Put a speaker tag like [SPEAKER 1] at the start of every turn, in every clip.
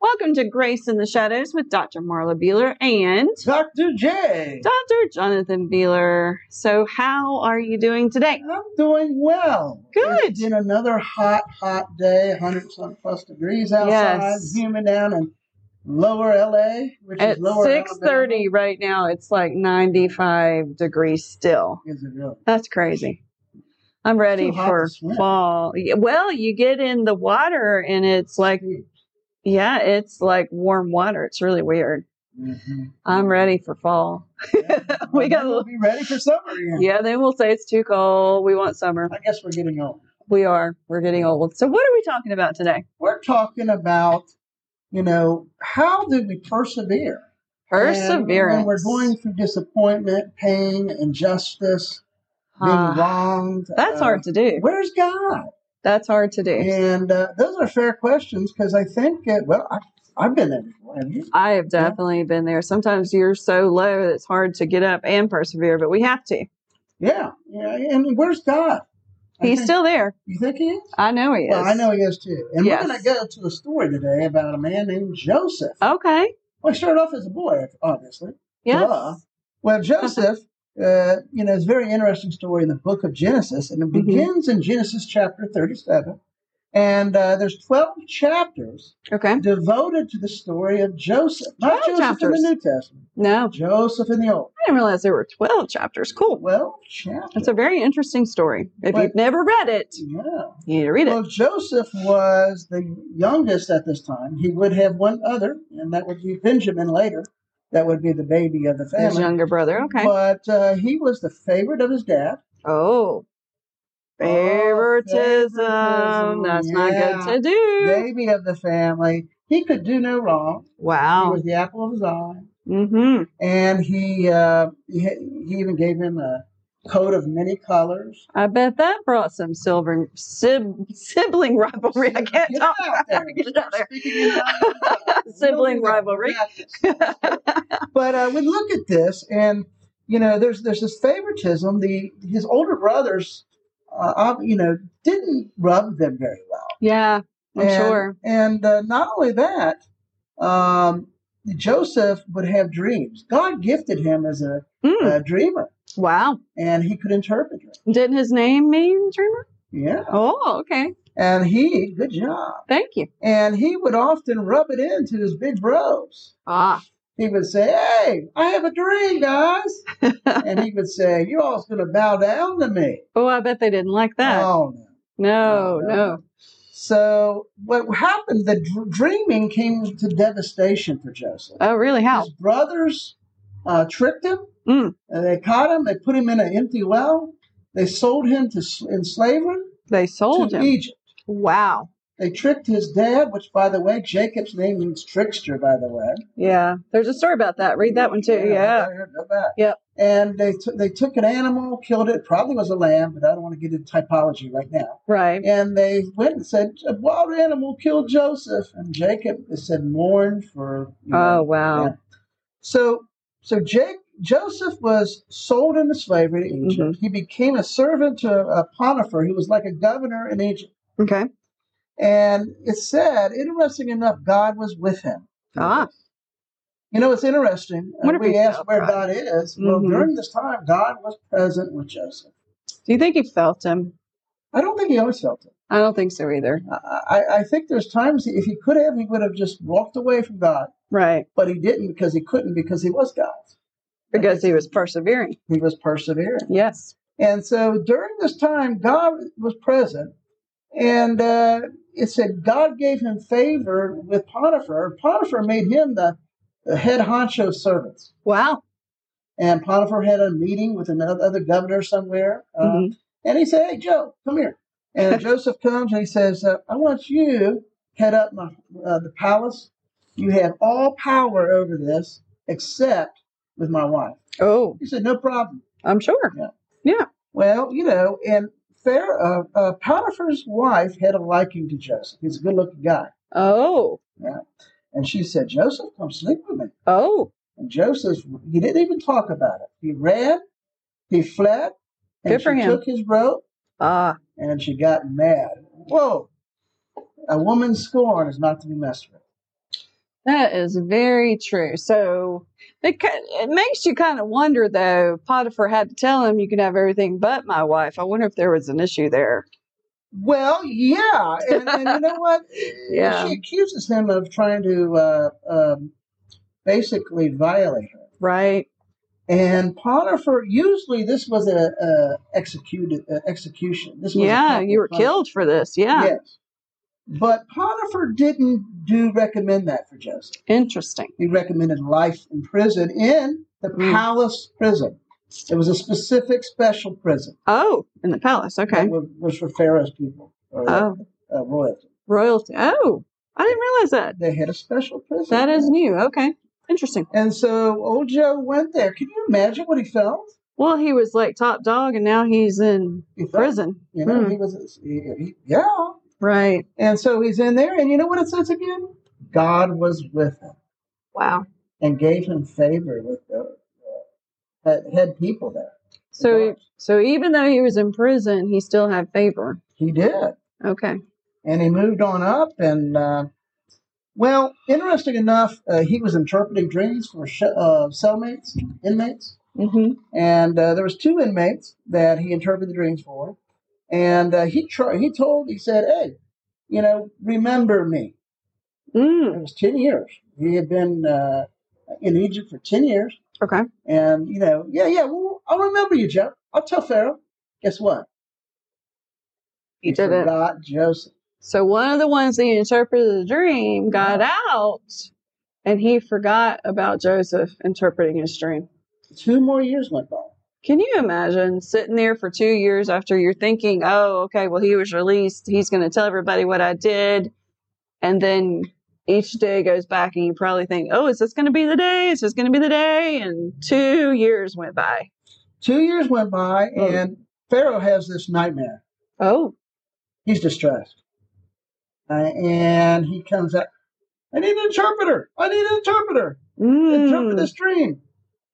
[SPEAKER 1] Welcome to Grace in the Shadows with Dr. Marla Beeler and
[SPEAKER 2] Dr. J.
[SPEAKER 1] Dr. Jonathan Beeler. So, how are you doing today?
[SPEAKER 2] I'm doing well.
[SPEAKER 1] Good.
[SPEAKER 2] It's been another hot, hot day, 100 some plus degrees outside,
[SPEAKER 1] Yes.
[SPEAKER 2] humid down in lower LA, which
[SPEAKER 1] At
[SPEAKER 2] is lower
[SPEAKER 1] six thirty right now, it's like ninety-five degrees still.
[SPEAKER 2] Alabama. Is it really?
[SPEAKER 1] That's crazy. I'm ready
[SPEAKER 2] Too hot
[SPEAKER 1] for
[SPEAKER 2] to swim.
[SPEAKER 1] fall. Yeah, Well, you get in the water and it's like, yeah, it's like warm water. It's really weird.
[SPEAKER 2] Mhm.
[SPEAKER 1] I'm ready for fall.
[SPEAKER 2] Yeah.
[SPEAKER 1] We
[SPEAKER 2] Well,
[SPEAKER 1] got a
[SPEAKER 2] we'll
[SPEAKER 1] little-
[SPEAKER 2] be ready for summer again.
[SPEAKER 1] Yeah, they will say it's too cold. We want summer.
[SPEAKER 2] I guess we're getting old.
[SPEAKER 1] We are. We're getting old. So, what are we talking about today?
[SPEAKER 2] We're talking about, you know, how do we persevere?
[SPEAKER 1] Perseverance.
[SPEAKER 2] And when we're going through disappointment, pain, injustice, being
[SPEAKER 1] Ah,
[SPEAKER 2] wronged.
[SPEAKER 1] that's
[SPEAKER 2] uh,
[SPEAKER 1] hard to do.
[SPEAKER 2] Where's God?
[SPEAKER 1] That's hard to do.
[SPEAKER 2] And uh, those are fair questions because I think, it, well, I, I've been there before. Have you?
[SPEAKER 1] I have definitely been there. Sometimes you're so low that it's hard to get up and persevere, but we have to.
[SPEAKER 2] Yeah. yeah. And where's God? I
[SPEAKER 1] He's
[SPEAKER 2] think-
[SPEAKER 1] still there.
[SPEAKER 2] You think he is?
[SPEAKER 1] I know he is.
[SPEAKER 2] Well, I know he is too. And
[SPEAKER 1] Yes. Oh.
[SPEAKER 2] we're going to go to a story today about a man named Joseph.
[SPEAKER 1] Okay.
[SPEAKER 2] Well, he started off as a boy, obviously.
[SPEAKER 1] Yes.
[SPEAKER 2] Duh. Well, Joseph, uh, you know, it's a very interesting story in the book of Genesis, and it
[SPEAKER 1] Mhm.
[SPEAKER 2] begins in Genesis chapter 37. And uh, there's 12 chapters
[SPEAKER 1] Okay.
[SPEAKER 2] devoted to the story of Joseph. Not
[SPEAKER 1] 12
[SPEAKER 2] Joseph in the New Testament,
[SPEAKER 1] No,
[SPEAKER 2] Joseph in the Old.
[SPEAKER 1] I didn't realize there were 12 chapters. Cool.
[SPEAKER 2] 12 chapters.
[SPEAKER 1] It's a very interesting story. If
[SPEAKER 2] But-
[SPEAKER 1] you've never read it,
[SPEAKER 2] yeah.
[SPEAKER 1] you need to read it.
[SPEAKER 2] Well, Joseph was the youngest at this time. He would have one other, and that would be Benjamin later. That would be the baby of the
[SPEAKER 1] His
[SPEAKER 2] family.
[SPEAKER 1] younger brother. Okay.
[SPEAKER 2] But uh, he was the favorite of his dad.
[SPEAKER 1] oh. Favoritism.
[SPEAKER 2] favoritism,
[SPEAKER 1] That's not good
[SPEAKER 2] yeah.
[SPEAKER 1] to do.
[SPEAKER 2] baby of the family. He could do no wrong. He
[SPEAKER 1] wow.
[SPEAKER 2] was the apple of his eye,
[SPEAKER 1] Mm-hmm.
[SPEAKER 2] and he uh, he, he even gave him a coat of many colors.
[SPEAKER 1] I bet that brought some silver, sib, sibling rivalry. I can't
[SPEAKER 2] Get it
[SPEAKER 1] talk.
[SPEAKER 2] out there.
[SPEAKER 1] Get it out there.
[SPEAKER 2] Speaking in non-
[SPEAKER 1] Sibling
[SPEAKER 2] Nobody
[SPEAKER 1] rivalry.
[SPEAKER 2] got this. but uh, we look at this, and you know, there's there's this favoritism. The his older brothers, uh, ob- you know, didn't rub them very well.
[SPEAKER 1] Yeah, I'm
[SPEAKER 2] and,
[SPEAKER 1] sure.
[SPEAKER 2] And uh, not only that, um, Joseph would have dreams. God gifted him as a,
[SPEAKER 1] Mm,
[SPEAKER 2] a dreamer,
[SPEAKER 1] wow.
[SPEAKER 2] and he could interpret dreams.
[SPEAKER 1] Didn't his name mean dreamer?
[SPEAKER 2] Yeah,
[SPEAKER 1] Oh, okay.
[SPEAKER 2] and he good job.
[SPEAKER 1] Thank you.
[SPEAKER 2] And he would often rub it into his big bros.
[SPEAKER 1] Ah,
[SPEAKER 2] He would say, "Hey, I have a dream, guys," and he would say, "You all's going to bow down to me."
[SPEAKER 1] oh, I bet they didn't like that.
[SPEAKER 2] Oh
[SPEAKER 1] no,
[SPEAKER 2] no. no.
[SPEAKER 1] no.
[SPEAKER 2] So what happened? The dr- dreaming came to devastation for Joseph.
[SPEAKER 1] Oh, really? How?
[SPEAKER 2] His brothers uh, tricked him.
[SPEAKER 1] Mm.
[SPEAKER 2] And they caught him. They put him in an empty well. They sold him to s- in slavery
[SPEAKER 1] They sold
[SPEAKER 2] to
[SPEAKER 1] him.
[SPEAKER 2] Egypt.
[SPEAKER 1] Wow.
[SPEAKER 2] They tricked his dad, which, by the way, Jacob's name means trickster. By the way,
[SPEAKER 1] Yeah. There's a story about that. Read that one too. Yeah.
[SPEAKER 2] I heard about that.
[SPEAKER 1] Yep.
[SPEAKER 2] And they t- they took an animal, killed it. Probably was a lamb, but I don't want to get into typology right now.
[SPEAKER 1] Right.
[SPEAKER 2] And they went and said, "A wild animal killed Joseph." And Jacob said, "Mourn for." you know,
[SPEAKER 1] Oh, wow.
[SPEAKER 2] Yeah. So so Jake Joseph was sold into slavery to Egypt.
[SPEAKER 1] Mm-hmm.
[SPEAKER 2] He became a servant to uh, Potiphar, who was like a governor in Egypt.
[SPEAKER 1] Okay.
[SPEAKER 2] And it said, interesting enough, God was with him.
[SPEAKER 1] Ah,
[SPEAKER 2] You know, it's interesting. uh,
[SPEAKER 1] Wonder if
[SPEAKER 2] we
[SPEAKER 1] he
[SPEAKER 2] asked
[SPEAKER 1] felt
[SPEAKER 2] where
[SPEAKER 1] God.
[SPEAKER 2] God is. Well,
[SPEAKER 1] Mhm.
[SPEAKER 2] during this time, God was present with Joseph.
[SPEAKER 1] do you think he felt him?
[SPEAKER 2] I don't think he always felt it.
[SPEAKER 1] I don't think so either.
[SPEAKER 2] I, I- I think there's times if he could have, he would have just walked away from God,
[SPEAKER 1] Right.
[SPEAKER 2] but he didn't because he couldn't because he was God.
[SPEAKER 1] Because he was persevering.
[SPEAKER 2] He was persevering.
[SPEAKER 1] Yes.
[SPEAKER 2] And so during this time, God was present. And uh, it said God gave him favor with Potiphar. and Potiphar made him the, the head honcho of servants.
[SPEAKER 1] Wow.
[SPEAKER 2] And Potiphar had a meeting with another other governor somewhere. Uh,
[SPEAKER 1] Mhm.
[SPEAKER 2] And he said, Hey, Joe, come here. And Joseph comes and he says, uh, I want you head up my, uh, the palace. You have all power over this except with my wife.
[SPEAKER 1] Oh,
[SPEAKER 2] He said, No problem.
[SPEAKER 1] I'm sure.
[SPEAKER 2] Well, you know, and Pharaoh, uh, uh, Potiphar's wife had a liking to Joseph. He's a good-looking guy,
[SPEAKER 1] Oh.
[SPEAKER 2] and she said, "Joseph, come sleep with me."
[SPEAKER 1] Oh.
[SPEAKER 2] And Joseph, he didn't even talk about it. He ran, he fled, and
[SPEAKER 1] Good for
[SPEAKER 2] she
[SPEAKER 1] him.
[SPEAKER 2] took his robe,
[SPEAKER 1] Ah.
[SPEAKER 2] and she got mad. Whoa! A woman's scorn is not to be messed with.
[SPEAKER 1] That is very true. So it ki- it makes you kind of wonder though. Potiphar had to tell him you can have everything but my wife. I wonder if there was an issue there.
[SPEAKER 2] Well, yeah, and, and you know what?
[SPEAKER 1] Yeah.
[SPEAKER 2] She accuses him of trying to uh, um, basically violate her.
[SPEAKER 1] Right.
[SPEAKER 2] And Potiphar, usually this was a, a executed uh, execution. This was a
[SPEAKER 1] Yeah,
[SPEAKER 2] capital
[SPEAKER 1] you were
[SPEAKER 2] punishment.
[SPEAKER 1] killed for this. Yeah.
[SPEAKER 2] Yes, but Potiphar didn't do recommend that for Joseph.
[SPEAKER 1] Interesting.
[SPEAKER 2] He recommended life in prison in the
[SPEAKER 1] Mm.
[SPEAKER 2] palace prison. It was a specific special prison
[SPEAKER 1] Oh, in the palace. Okay.
[SPEAKER 2] that wa- was for Pharaoh's people or uh,
[SPEAKER 1] Oh,
[SPEAKER 2] uh, royalty.
[SPEAKER 1] royalty. Oh, I didn't realize that.
[SPEAKER 2] They had a special prison.
[SPEAKER 1] That is new. Okay. Interesting.
[SPEAKER 2] And so old Joe went there. Can you imagine what he felt?
[SPEAKER 1] Well, he was like top dog and now he's in
[SPEAKER 2] He felt,
[SPEAKER 1] prison.
[SPEAKER 2] You know,
[SPEAKER 1] Hmm.
[SPEAKER 2] he was, he, he, yeah.
[SPEAKER 1] Right.
[SPEAKER 2] And so he's in there, and you know what it says again? God was with him
[SPEAKER 1] Wow.
[SPEAKER 2] and gave him favor with the uh, head people there.
[SPEAKER 1] So so even though he was in prison, he still had favor.
[SPEAKER 2] He did.
[SPEAKER 1] Okay.
[SPEAKER 2] And he moved on up, and uh, well, interesting enough, uh, he was interpreting dreams for sh- uh, cellmates, inmates.
[SPEAKER 1] Mhm.
[SPEAKER 2] and uh, there was two inmates that he interpreted the dreams for, and uh, he tr- he told he said, "Hey, you know, remember me."
[SPEAKER 1] Mm.
[SPEAKER 2] It was ten years. He had been uh, in Egypt for ten years,
[SPEAKER 1] Okay.
[SPEAKER 2] and you know, yeah, yeah, well, I'll remember you, Joe. I'll tell Pharaoh. Guess what?
[SPEAKER 1] He did it.
[SPEAKER 2] forgot Joseph.
[SPEAKER 1] So one of the ones that he interpreted the dream got out and he forgot about Joseph interpreting his dream.
[SPEAKER 2] Two more years went by.
[SPEAKER 1] Can you imagine sitting there for two years after you're thinking, oh, okay, well, he was released. He's going to tell everybody what I did. And then each day goes back and you probably think, oh, is this going to be the day? Is this going to be the day? And two years went by.
[SPEAKER 2] Two years went by,
[SPEAKER 1] Mm.
[SPEAKER 2] and Pharaoh has this nightmare.
[SPEAKER 1] Oh,
[SPEAKER 2] He's distressed, uh, and he comes up. I need an interpreter. I need an interpreter. interpret
[SPEAKER 1] mm.
[SPEAKER 2] this dream.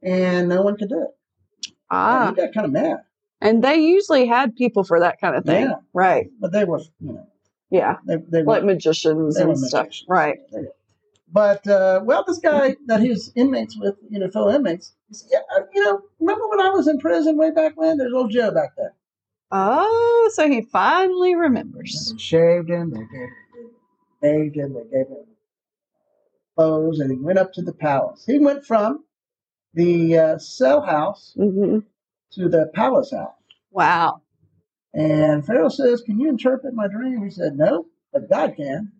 [SPEAKER 2] And no one could do it.
[SPEAKER 1] ah.
[SPEAKER 2] And he got kind of mad.
[SPEAKER 1] And they usually had people for that kind of thing.
[SPEAKER 2] Yeah.
[SPEAKER 1] Right.
[SPEAKER 2] But they were, you know,
[SPEAKER 1] Yeah.
[SPEAKER 2] they, they
[SPEAKER 1] Like
[SPEAKER 2] were.
[SPEAKER 1] magicians
[SPEAKER 2] They were
[SPEAKER 1] and stuff.
[SPEAKER 2] magicians.
[SPEAKER 1] Right.
[SPEAKER 2] they- But, uh, well, this guy that he was inmates with, you know, fellow inmates, he said, yeah, uh, you know, remember when I was in prison way back when? There's old Joe back there.
[SPEAKER 1] Oh, so he finally remembers.
[SPEAKER 2] And they shaved him, they gave him, bathed him, they gave him uh, clothes, and he went up to the palace. He went from the uh, cell house
[SPEAKER 1] hmm
[SPEAKER 2] to the palace house.
[SPEAKER 1] Wow.
[SPEAKER 2] And Pharaoh says, Can you interpret my dream? He said, No, but God can.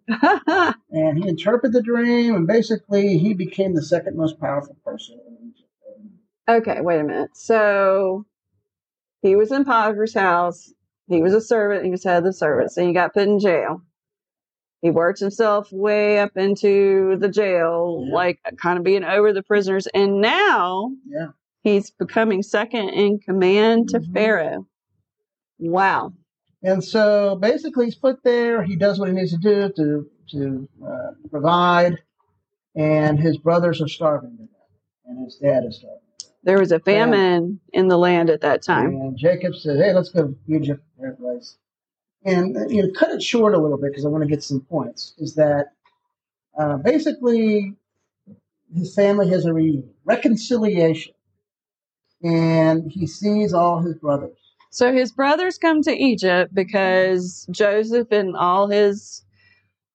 [SPEAKER 2] and he interpreted the dream, and basically he became the second most powerful person. in Egypt.
[SPEAKER 1] okay, wait a minute. So he was in Potiphar's house. He was a servant. He was head of the servants, and he got put in jail. He worked himself way up into the jail,
[SPEAKER 2] Yeah.
[SPEAKER 1] like kind of being over the prisoners. And now
[SPEAKER 2] Yeah,
[SPEAKER 1] he's becoming second in command to
[SPEAKER 2] Mhm.
[SPEAKER 1] Pharaoh. Wow.
[SPEAKER 2] and so basically he's put there. He does what he needs to do to to uh, provide, and his brothers are starving to death, and his dad is starving.
[SPEAKER 1] There was a famine in the land at that time.
[SPEAKER 2] And Jacob says, "Hey, let's go to Egypt, their place." And uh, you know, cut it short a little bit because I want to get some points. Is that uh, basically his family has a reunion, reconciliation, and he sees all his brothers.
[SPEAKER 1] So his brothers come to Egypt because Joseph and all his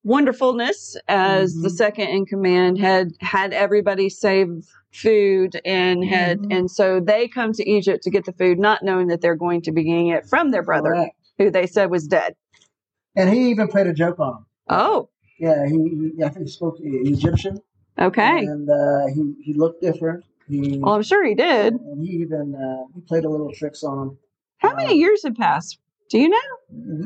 [SPEAKER 1] wonderfulness as the
[SPEAKER 2] Mhm.
[SPEAKER 1] second in command had had everybody save food and had
[SPEAKER 2] Mhm.
[SPEAKER 1] and so they come to Egypt to get the food not knowing that they're going to be getting it from their brother
[SPEAKER 2] Correct.
[SPEAKER 1] who they said was dead.
[SPEAKER 2] And he even played a joke on him.
[SPEAKER 1] Oh,
[SPEAKER 2] Yeah, he, he I think he spoke Egyptian.
[SPEAKER 1] okay.
[SPEAKER 2] And uh, he, he looked different. He
[SPEAKER 1] Well, I'm sure he did.
[SPEAKER 2] and he even uh, he played a little tricks on
[SPEAKER 1] How many years had passed? Do you know?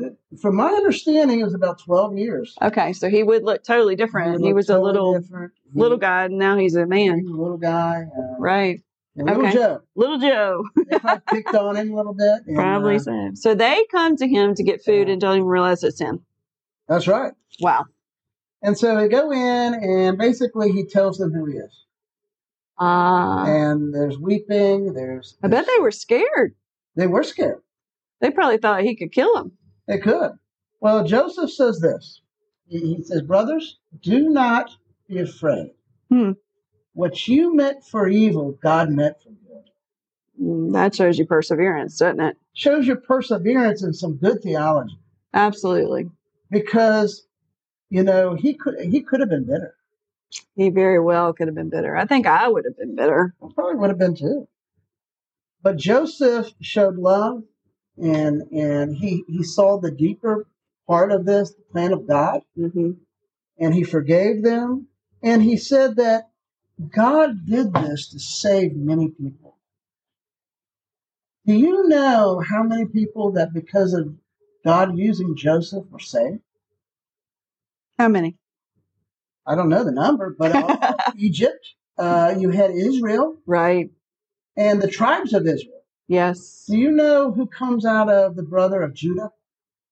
[SPEAKER 2] him. From my understanding, it was about twelve years.
[SPEAKER 1] Okay, so he would look totally different. He,
[SPEAKER 2] looked
[SPEAKER 1] was
[SPEAKER 2] totally
[SPEAKER 1] a little
[SPEAKER 2] different. He-
[SPEAKER 1] little guy and now he's a
[SPEAKER 2] he
[SPEAKER 1] man.
[SPEAKER 2] was a little guy. Uh,
[SPEAKER 1] Right.
[SPEAKER 2] and Little
[SPEAKER 1] Okay.
[SPEAKER 2] Joe.
[SPEAKER 1] Little Joe.
[SPEAKER 2] They probably picked on him a little bit. and,
[SPEAKER 1] Probably
[SPEAKER 2] uh,
[SPEAKER 1] so. So they come to him to get food
[SPEAKER 2] yeah.
[SPEAKER 1] and don't even realize it's him.
[SPEAKER 2] that's right.
[SPEAKER 1] Wow.
[SPEAKER 2] And so they go in, and basically he tells them who he is.
[SPEAKER 1] Uh,
[SPEAKER 2] and there's weeping. There's
[SPEAKER 1] I bet they were scared.
[SPEAKER 2] they were scared.
[SPEAKER 1] They probably thought he could kill him.
[SPEAKER 2] They could. Well, Joseph says this. He he says, "Brothers, do not be afraid.
[SPEAKER 1] Hmm.
[SPEAKER 2] What you meant for evil, God meant for good.
[SPEAKER 1] Mm, That shows you perseverance, doesn't it?
[SPEAKER 2] Shows your perseverance and some good theology
[SPEAKER 1] Absolutely.
[SPEAKER 2] because, you know, he could he could have been bitter.
[SPEAKER 1] He very well could have been bitter. I think I would have been bitter.
[SPEAKER 2] I probably would have been too. But Joseph showed love and and he he saw the deeper part of this, the plan of God,
[SPEAKER 1] hmm
[SPEAKER 2] and he forgave them. And he said that God did this to save many people. Do you know how many people that because of God using Joseph were saved?
[SPEAKER 1] How many?
[SPEAKER 2] I don't know the number, but uh, Egypt, uh, you had Israel,
[SPEAKER 1] Right.
[SPEAKER 2] and the tribes of Israel.
[SPEAKER 1] Yes.
[SPEAKER 2] Do you know who comes out of the brother of Judah?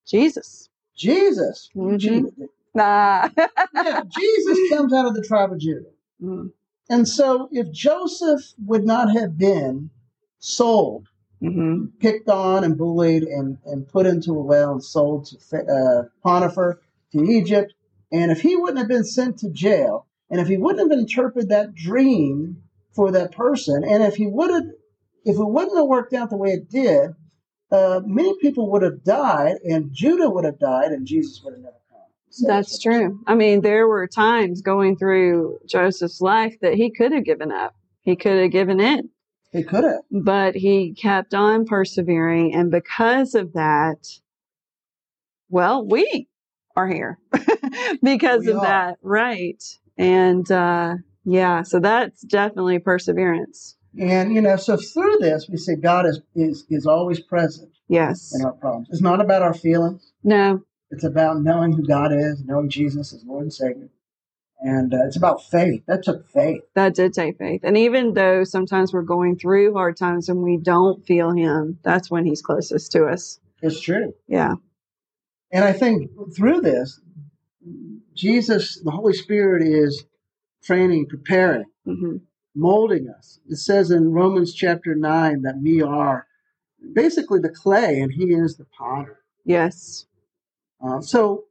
[SPEAKER 1] Jesus. Ah.
[SPEAKER 2] Jesus.
[SPEAKER 1] Mhm.
[SPEAKER 2] Judah.
[SPEAKER 1] Nah.
[SPEAKER 2] Yeah, Jesus comes out of the tribe of Judah. And so if Joseph would not have been sold,
[SPEAKER 1] mm-hmm.
[SPEAKER 2] picked on and bullied and, and put into a well and sold to Pha- uh, Potiphar, to Egypt, and if he wouldn't have been sent to jail, and if he wouldn't have interpreted that dream for that person, and if he would have, if it wouldn't have worked out the way it did, uh, many people would have died, and Judah would have died, and Jesus would have never come. So
[SPEAKER 1] That's true. I mean, there were times going through Joseph's life that he could have given up. He could have given in.
[SPEAKER 2] He could have.
[SPEAKER 1] but he kept on persevering and because of that well we are here because
[SPEAKER 2] We
[SPEAKER 1] of
[SPEAKER 2] are.
[SPEAKER 1] that right and uh yeah so that's definitely perseverance
[SPEAKER 2] And you know, so through this, we see God is is is always present
[SPEAKER 1] yes
[SPEAKER 2] in our problems. It's not about our feelings.
[SPEAKER 1] no
[SPEAKER 2] It's about knowing who God is, knowing Jesus is Lord and Savior, and uh, it's about faith. That took faith.
[SPEAKER 1] that did take faith and even though sometimes we're going through hard times and we don't feel him that's when he's closest to us
[SPEAKER 2] It's true.
[SPEAKER 1] yeah
[SPEAKER 2] And I think through this, Jesus, the Holy Spirit, is training, preparing,
[SPEAKER 1] hmm
[SPEAKER 2] molding us. It says in Romans chapter nine that we are basically the clay, and He is the potter.
[SPEAKER 1] yes
[SPEAKER 2] Uh, so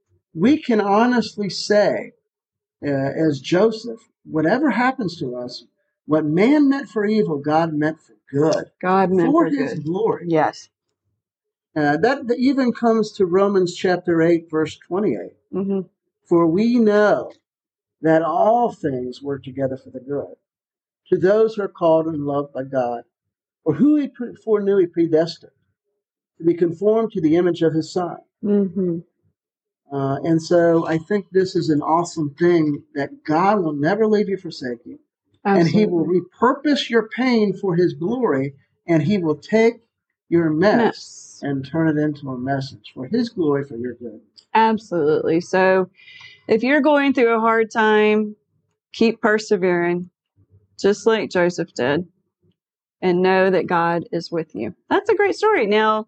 [SPEAKER 2] we can honestly say, uh, as Joseph, whatever happens to us, what man meant for evil, God meant for good,
[SPEAKER 1] god meant
[SPEAKER 2] for
[SPEAKER 1] for
[SPEAKER 2] His
[SPEAKER 1] good
[SPEAKER 2] glory.
[SPEAKER 1] yes
[SPEAKER 2] Uh, that, that even comes to Romans chapter eight, verse twenty-eight.
[SPEAKER 1] hmm
[SPEAKER 2] For we know that all things work together for the good to those who are called and loved by God, or who He pre- foreknew He predestined to be conformed to the image of His Son.
[SPEAKER 1] hmm
[SPEAKER 2] Uh, and so I think this is an awesome thing that God will never leave you, forsake you, and He will
[SPEAKER 1] absolutely
[SPEAKER 2] repurpose your pain for His glory, and He will take your mess
[SPEAKER 1] Yes.
[SPEAKER 2] and turn it into a message for His glory, for your good.
[SPEAKER 1] absolutely so if you're going through a hard time, keep persevering, just like Joseph did, and know that God is with you. That's a great story. Now,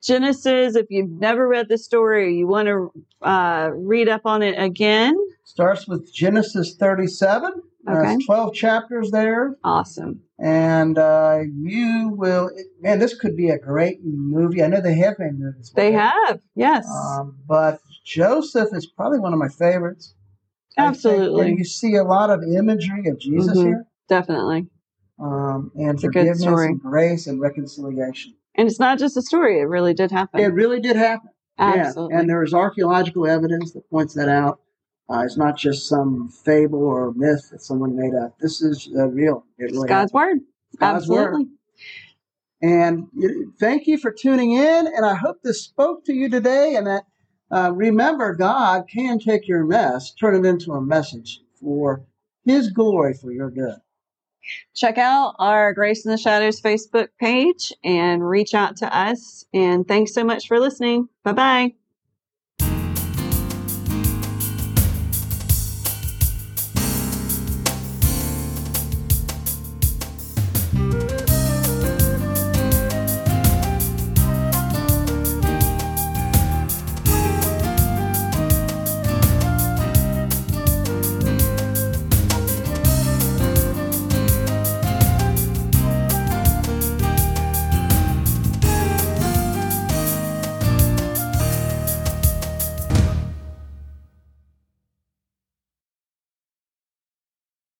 [SPEAKER 1] Genesis, if you've never read the story, you want to uh, read up on it again.
[SPEAKER 2] Starts with Genesis 37.
[SPEAKER 1] Okay.
[SPEAKER 2] There's 12 chapters there,
[SPEAKER 1] Awesome.
[SPEAKER 2] and uh, you will. Man, this could be a great movie. I know they have made movies. about
[SPEAKER 1] They
[SPEAKER 2] it.
[SPEAKER 1] have. Yes.
[SPEAKER 2] Um, but Joseph is probably one of my favorites. I think,
[SPEAKER 1] Absolutely.
[SPEAKER 2] and you see a lot of imagery of Jesus
[SPEAKER 1] Mhm.
[SPEAKER 2] here,
[SPEAKER 1] Definitely.
[SPEAKER 2] um, and
[SPEAKER 1] a good
[SPEAKER 2] forgiveness
[SPEAKER 1] story.
[SPEAKER 2] and grace and reconciliation.
[SPEAKER 1] And it's not just a story, it really did happen.
[SPEAKER 2] It really did happen.
[SPEAKER 1] Absolutely.
[SPEAKER 2] Yeah, and there is archaeological evidence that points that out. Uh, it's not just some fable or myth that someone made up. This is uh, real. It
[SPEAKER 1] it's
[SPEAKER 2] really
[SPEAKER 1] God's
[SPEAKER 2] happened.
[SPEAKER 1] word.
[SPEAKER 2] God's word.
[SPEAKER 1] Absolutely.
[SPEAKER 2] And you- thank you for tuning in. And I hope this spoke to you today. And that uh, remember, God can take your mess, turn it into a message for His glory, for your good.
[SPEAKER 1] check out our Grace in the Shadows Facebook page and reach out to us. And thanks so much for listening. Bye bye.